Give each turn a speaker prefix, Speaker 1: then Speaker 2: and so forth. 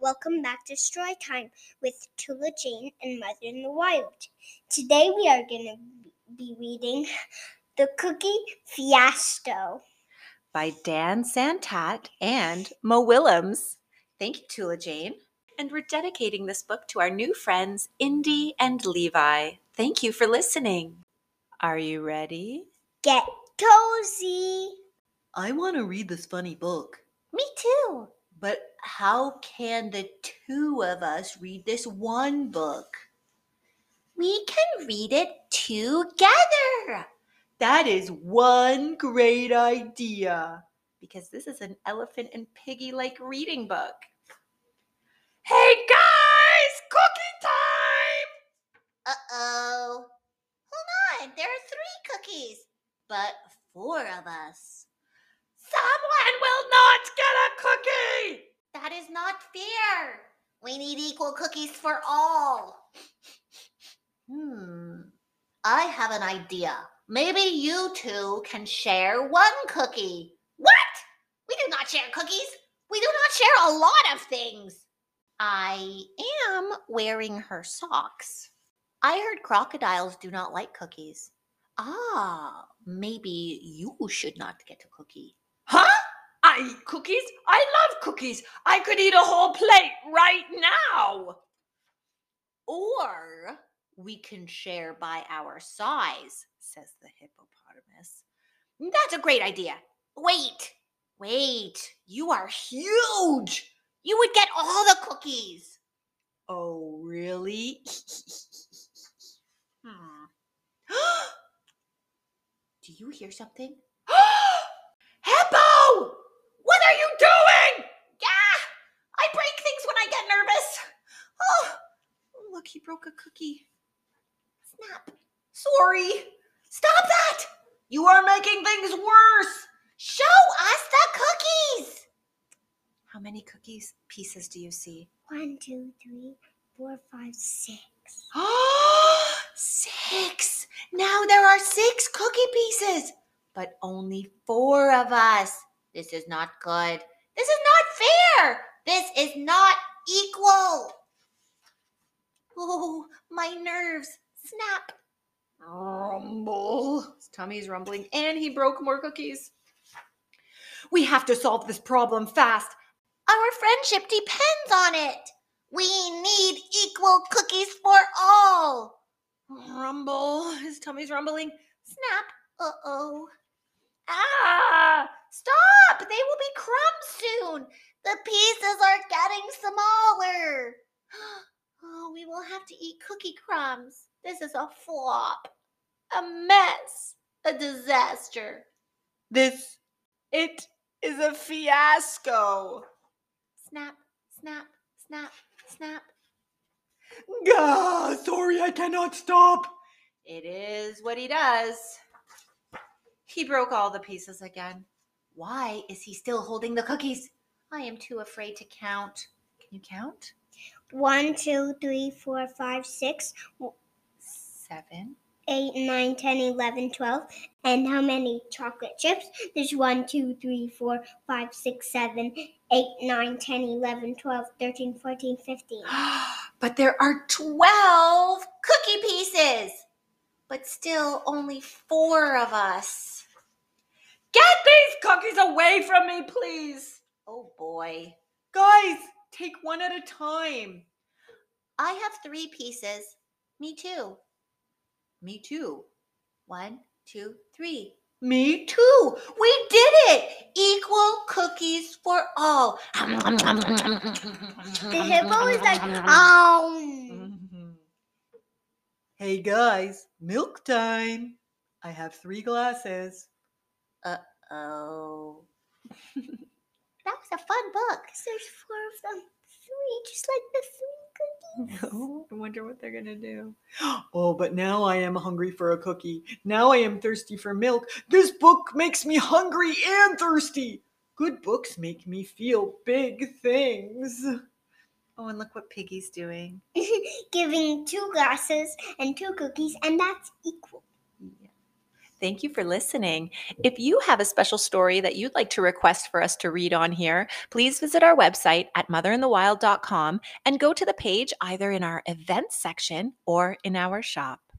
Speaker 1: welcome back to Story Time with Tula Jane and Mother in the Wild. Today we are going to be reading The Cookie Fiasco.
Speaker 2: by Dan Santat and Mo Willems. Thank you, Tula Jane. And we're dedicating this book to our new friends, Indy and Levi. Thank you for listening. Are you ready?
Speaker 1: Get cozy.
Speaker 2: I want to read this funny book,
Speaker 1: Me too.
Speaker 2: but how can the two of us read this one book?
Speaker 1: We can read it together.
Speaker 2: That is one great idea. Because this is an elephant and piggy like reading book. Hey guys, cookie time!
Speaker 1: Uh oh. Hold on, there are three cookies, but four of us.
Speaker 2: Someone will not get a cookie!
Speaker 1: That is not fair. We need equal cookies for all.
Speaker 2: Hmm.
Speaker 1: I have an idea. Maybe you two can share one cookie. What? We do not share cookies. We do not share a lot of things. I am wearing her socks. I heard crocodiles do not like cookies. Ah, maybe you should not get a cookie.
Speaker 2: Huh? I eat cookies? I love cookies! I could eat a whole plate right now!
Speaker 1: Or we can share by our size,
Speaker 2: Says the hippopotamus.
Speaker 1: That's a great idea. Wait, wait, you are huge. You would get all the cookies.
Speaker 2: Oh, really?
Speaker 1: Hmm.
Speaker 2: Do you hear something?
Speaker 1: Hippo! What are you doing? Yeah, I break things when I get nervous. Oh,
Speaker 2: Look, he broke a cookie.
Speaker 1: snap.
Speaker 2: Sorry. Stop that! You are making things worse!
Speaker 1: Show us the cookies.
Speaker 2: How many cookies pieces do you see?
Speaker 1: One, two, three, four, five, six.
Speaker 2: six! Now there are six cookie pieces, but only four of us. This is not good.
Speaker 1: This is not fair. This is not equal. Oh, my nerves. Snap.
Speaker 2: Rumble. His tummy's rumbling, and he broke more cookies. We have to solve this problem fast.
Speaker 1: Our friendship depends on it. We need equal cookies for all.
Speaker 2: Rumble. His tummy's rumbling.
Speaker 1: Snap. Uh oh.
Speaker 2: Ah!
Speaker 1: Stop! They will be crumbs soon. The pieces are getting smaller. Oh, we will have to eat cookie crumbs. This is a flop, a mess, a disaster.
Speaker 2: This. It is a fiasco.
Speaker 1: Snap, snap, snap, snap.
Speaker 2: Ah, sorry, I cannot stop. It is what he does. He broke all the pieces again. Why is he still holding the cookies? I am too afraid to count. Can you count?
Speaker 1: One, two, three, four, five, six,
Speaker 2: Seven.
Speaker 1: eight, nine, ten, eleven, twelve. And how many chocolate chips? There's one, two, three, four, five, six, seven, eight, nine, ten, eleven, twelve, thirteen, fourteen, fifteen.
Speaker 2: but there are 12
Speaker 1: Cookie pieces!
Speaker 2: but still only four of us. Get these cookies away from me, please.
Speaker 1: Oh boy.
Speaker 2: Guys, take one at a time.
Speaker 1: I have three pieces. Me too.
Speaker 2: Me too.
Speaker 1: One, two, three.
Speaker 2: Me
Speaker 1: Two! We did it! Equal cookies for all. The hippo is like, oh.
Speaker 2: Mhm. Hey guys, milk time. I have three glasses.
Speaker 1: Oh. that was a fun book. There's four of them. Three, just like the three cookies.
Speaker 2: I wonder what they're gonna do. Oh, but now I am hungry for a cookie. Now I am thirsty for milk. This book makes me hungry and thirsty. Good books make me feel big things. Oh, and look what Piggy's doing.
Speaker 1: Giving two glasses and two cookies, and that's equal.
Speaker 2: Thank you for listening. If you have a special story that you'd like to request for us to read on here, please visit our website at motherinthewild.com and go to the page either in our events section or in our shop.